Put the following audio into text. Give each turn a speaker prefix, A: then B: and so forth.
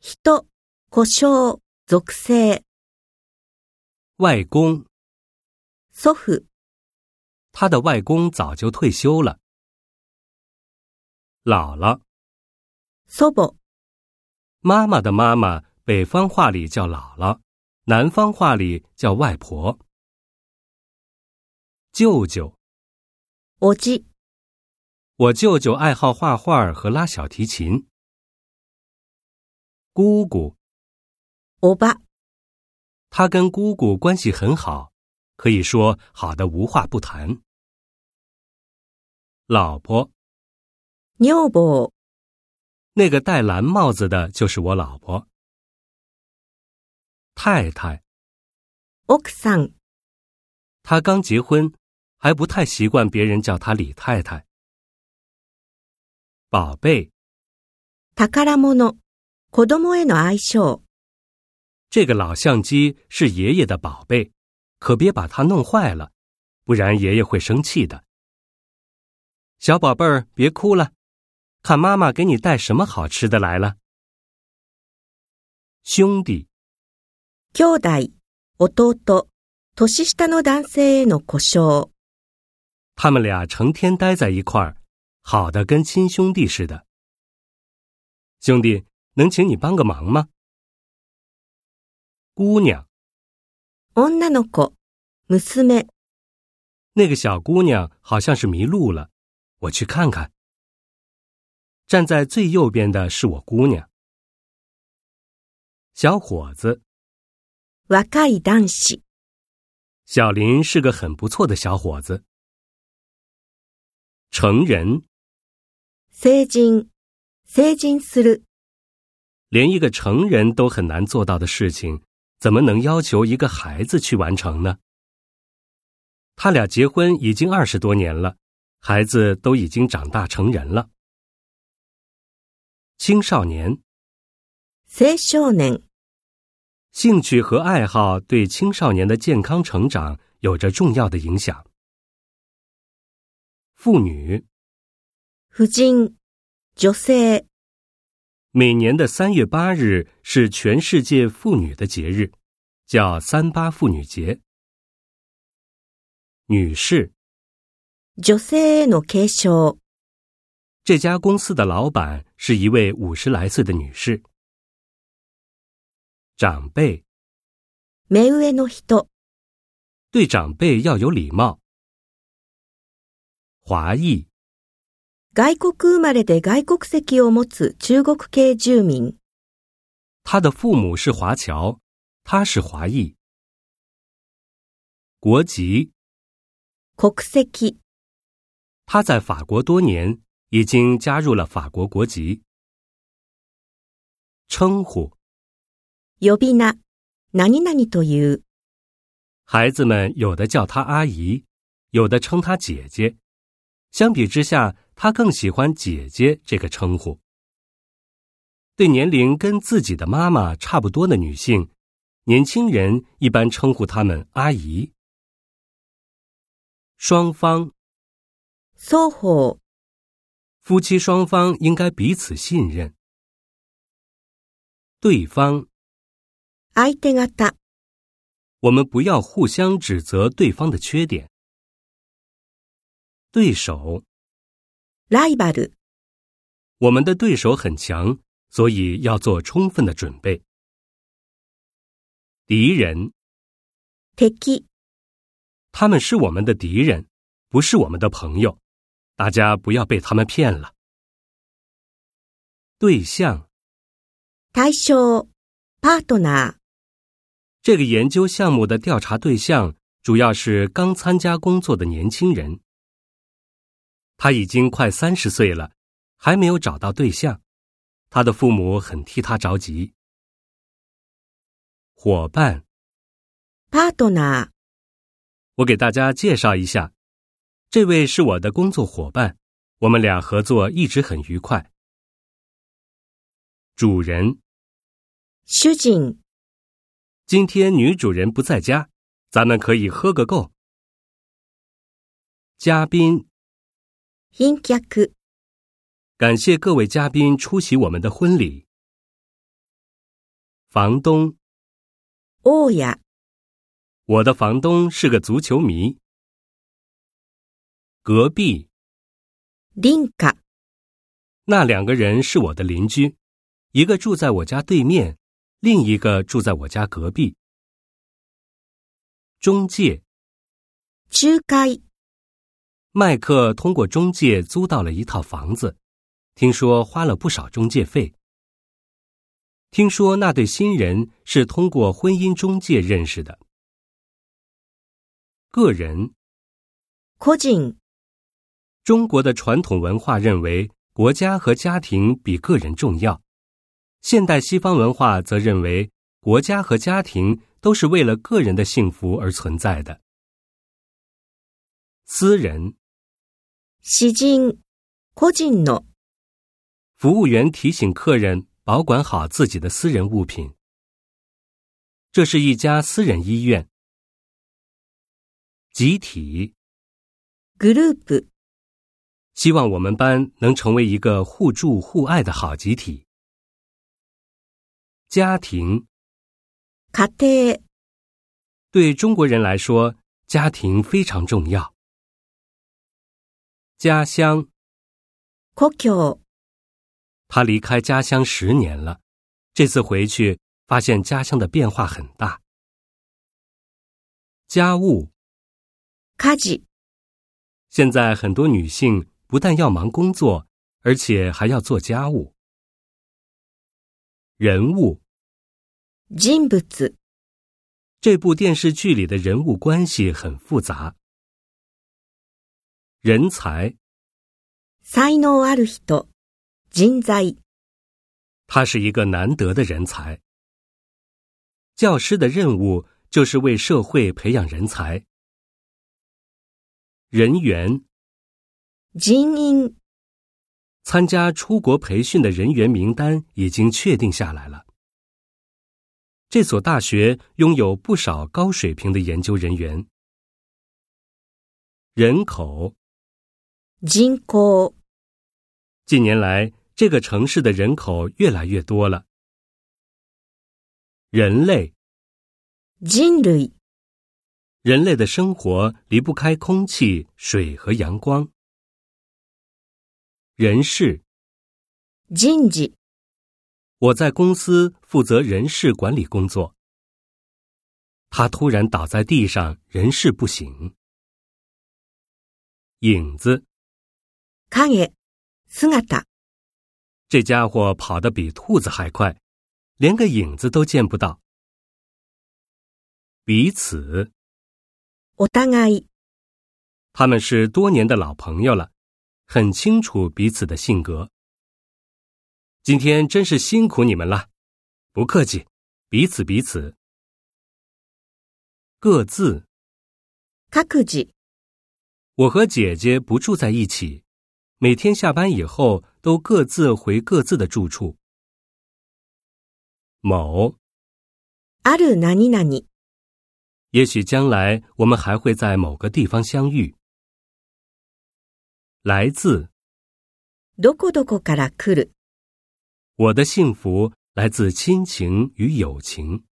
A: 人、故障、属性、
B: 外公，
A: 祖父、
B: 他的外公早就退休了。姥姥，
A: 祖母、
B: 妈妈的妈妈，北方话里叫姥姥，南方话里叫外婆。舅舅，
A: おじ、
B: 我舅舅爱好画画儿和拉小提琴。姑姑，
A: おば、
B: 他跟姑姑关系很好，可以说好的无话不谈。老婆，
A: 女房、
B: 那个戴蓝帽子的就是我老婆。太太，
A: 奥さん、
B: 她刚结婚，还不太习惯别人叫她李太太。宝贝，
A: 宝物、子供への愛称、
B: 这个老相机是爷爷的宝贝，可别把它弄坏了，不然爷爷会生气的。小宝贝儿，别哭了，看妈妈给你带什么好吃的来了。兄弟，
A: 兄弟、弟、年下の男性への故障、
B: 他们俩成天待在一块儿，好的跟亲兄弟似的。兄弟，能请你帮个忙吗？姑娘。
A: 女の子、娘、
B: 那个小姑娘好像是迷路了，我去看看。站在最右边的是我姑娘。小伙子，
A: 若い男子、
B: 小林是个很不错的小伙子。成人，
A: 成人、成人する、
B: 连一个成人都很难做到的事情，怎么能要求一个孩子去完成呢？他俩结婚已经二十多年了，孩子都已经长大成人了。青少年，
A: 青少年、
B: 兴趣和爱好对青少年的健康成长有着重要的影响。妇女，
A: 婦人、女性、
B: 每年的三月八日是全世界妇女的节日，叫三八妇女节。女士，
A: 女性への継承、
B: 这家公司的老板是一位五十来岁的女士。长辈
A: 目上の人、
B: 对长辈要有礼貌。华裔，
A: 外国生まれで外国籍を持つ中国系住民、
B: 他的父母是华侨，他是华裔。国籍，
A: 国籍、
B: 他在法国多年，已经加入了法国国籍。称呼，
A: 呼び名、何々という、
B: 孩子们有的叫她阿姨，有的称她姐姐。相比之下，她更喜欢“姐姐”这个称呼。对年龄跟自己的妈妈差不多的女性，年轻人一般称呼她们阿姨。双方
A: 双方、
B: 夫妻双方应该彼此信任。对方，
A: 相手方、
B: 我们不要互相指责对方的缺点。对手，
A: ライバル、
B: 我们的对手很强，所以要做充分的准备。敌人，
A: 敵、
B: 他们是我们的敌人，不是我们的朋友，大家不要被他们骗了。对象，
A: 対象、パートナ
B: 这个研究项目的调查对象主要是刚参加工作的年轻人，他已经快三十岁了，还没有找到对象，他的父母很替他着急。伙伴，
A: ー、パートナ
B: 我给大家介绍一下，这位是我的工作伙伴，我们俩合作一直很愉快。主人，
A: ー、主人、
B: 今天女主人不在家，咱们可以喝个够。嘉宾，
A: 賓客、
B: 感谢各位嘉宾出席我们的婚礼。房东，
A: 大家、
B: 我的房东是个足球迷。隔壁
A: 林家、
B: 那两个人是我的邻居，一个住在我家对面，另一个住在我家隔壁。中介，
A: 仲介、
B: 麦克通过中介租到了一套房子，听说花了不少中介费。听说那对新人是通过婚姻中介认识的。个人，
A: 個人、
B: 中国的传统文化认为国家和家庭比个人重要，现代西方文化则认为国家和家庭都是为了个人的幸福而存在的。私人
A: 詩人、個人の
B: 服务员提醒客人保管好自己的私人物品。这是一家私人医院。集体
A: グループ、
B: 希望我们班能成为一个互助互爱的好集体。家庭
A: 家庭、
B: 对中国人来说，家庭非常重要。家乡，
A: 故郷、
B: 他离开家乡十年了，这次回去发现家乡的变化很大。家务，
A: 家事、
B: 现在很多女性不但要忙工作，而且还要做家务。人物，
A: 人物、
B: 这部电视剧里的人物关系很复杂。人才，
A: 才能ある人、人材、
B: 他是一个难得的人才。教师的任务就是为社会培养人才。人员，
A: 人員、
B: 参加出国培训的人员名单已经确定下来了。这所大学拥有不少高水平的研究人员。人口，
A: 人口、
B: 近年来这个城市的人口越来越多了。人类，
A: 人類、
B: 人类的生活离不开空气、水和阳光。人事，
A: 人事、
B: 我在公司负责人事管理工作。他突然倒在地上，人事不省。影子，
A: 影、姿、
B: 这家伙跑得比兔子还快，连个影子都见不到。彼此，
A: お互い、
B: 他们是多年的老朋友了，很清楚彼此的性格。今天真是辛苦你们了，不客气，彼此彼此。各自，
A: 各自、
B: 我和姐姐不住在一起，每天下班以后都各自回各自的住处。某，
A: ある何々、
B: 也许将来我们还会在某个地方相遇。来自
A: どこどこから来る。
B: 我的幸福来自亲情与友情。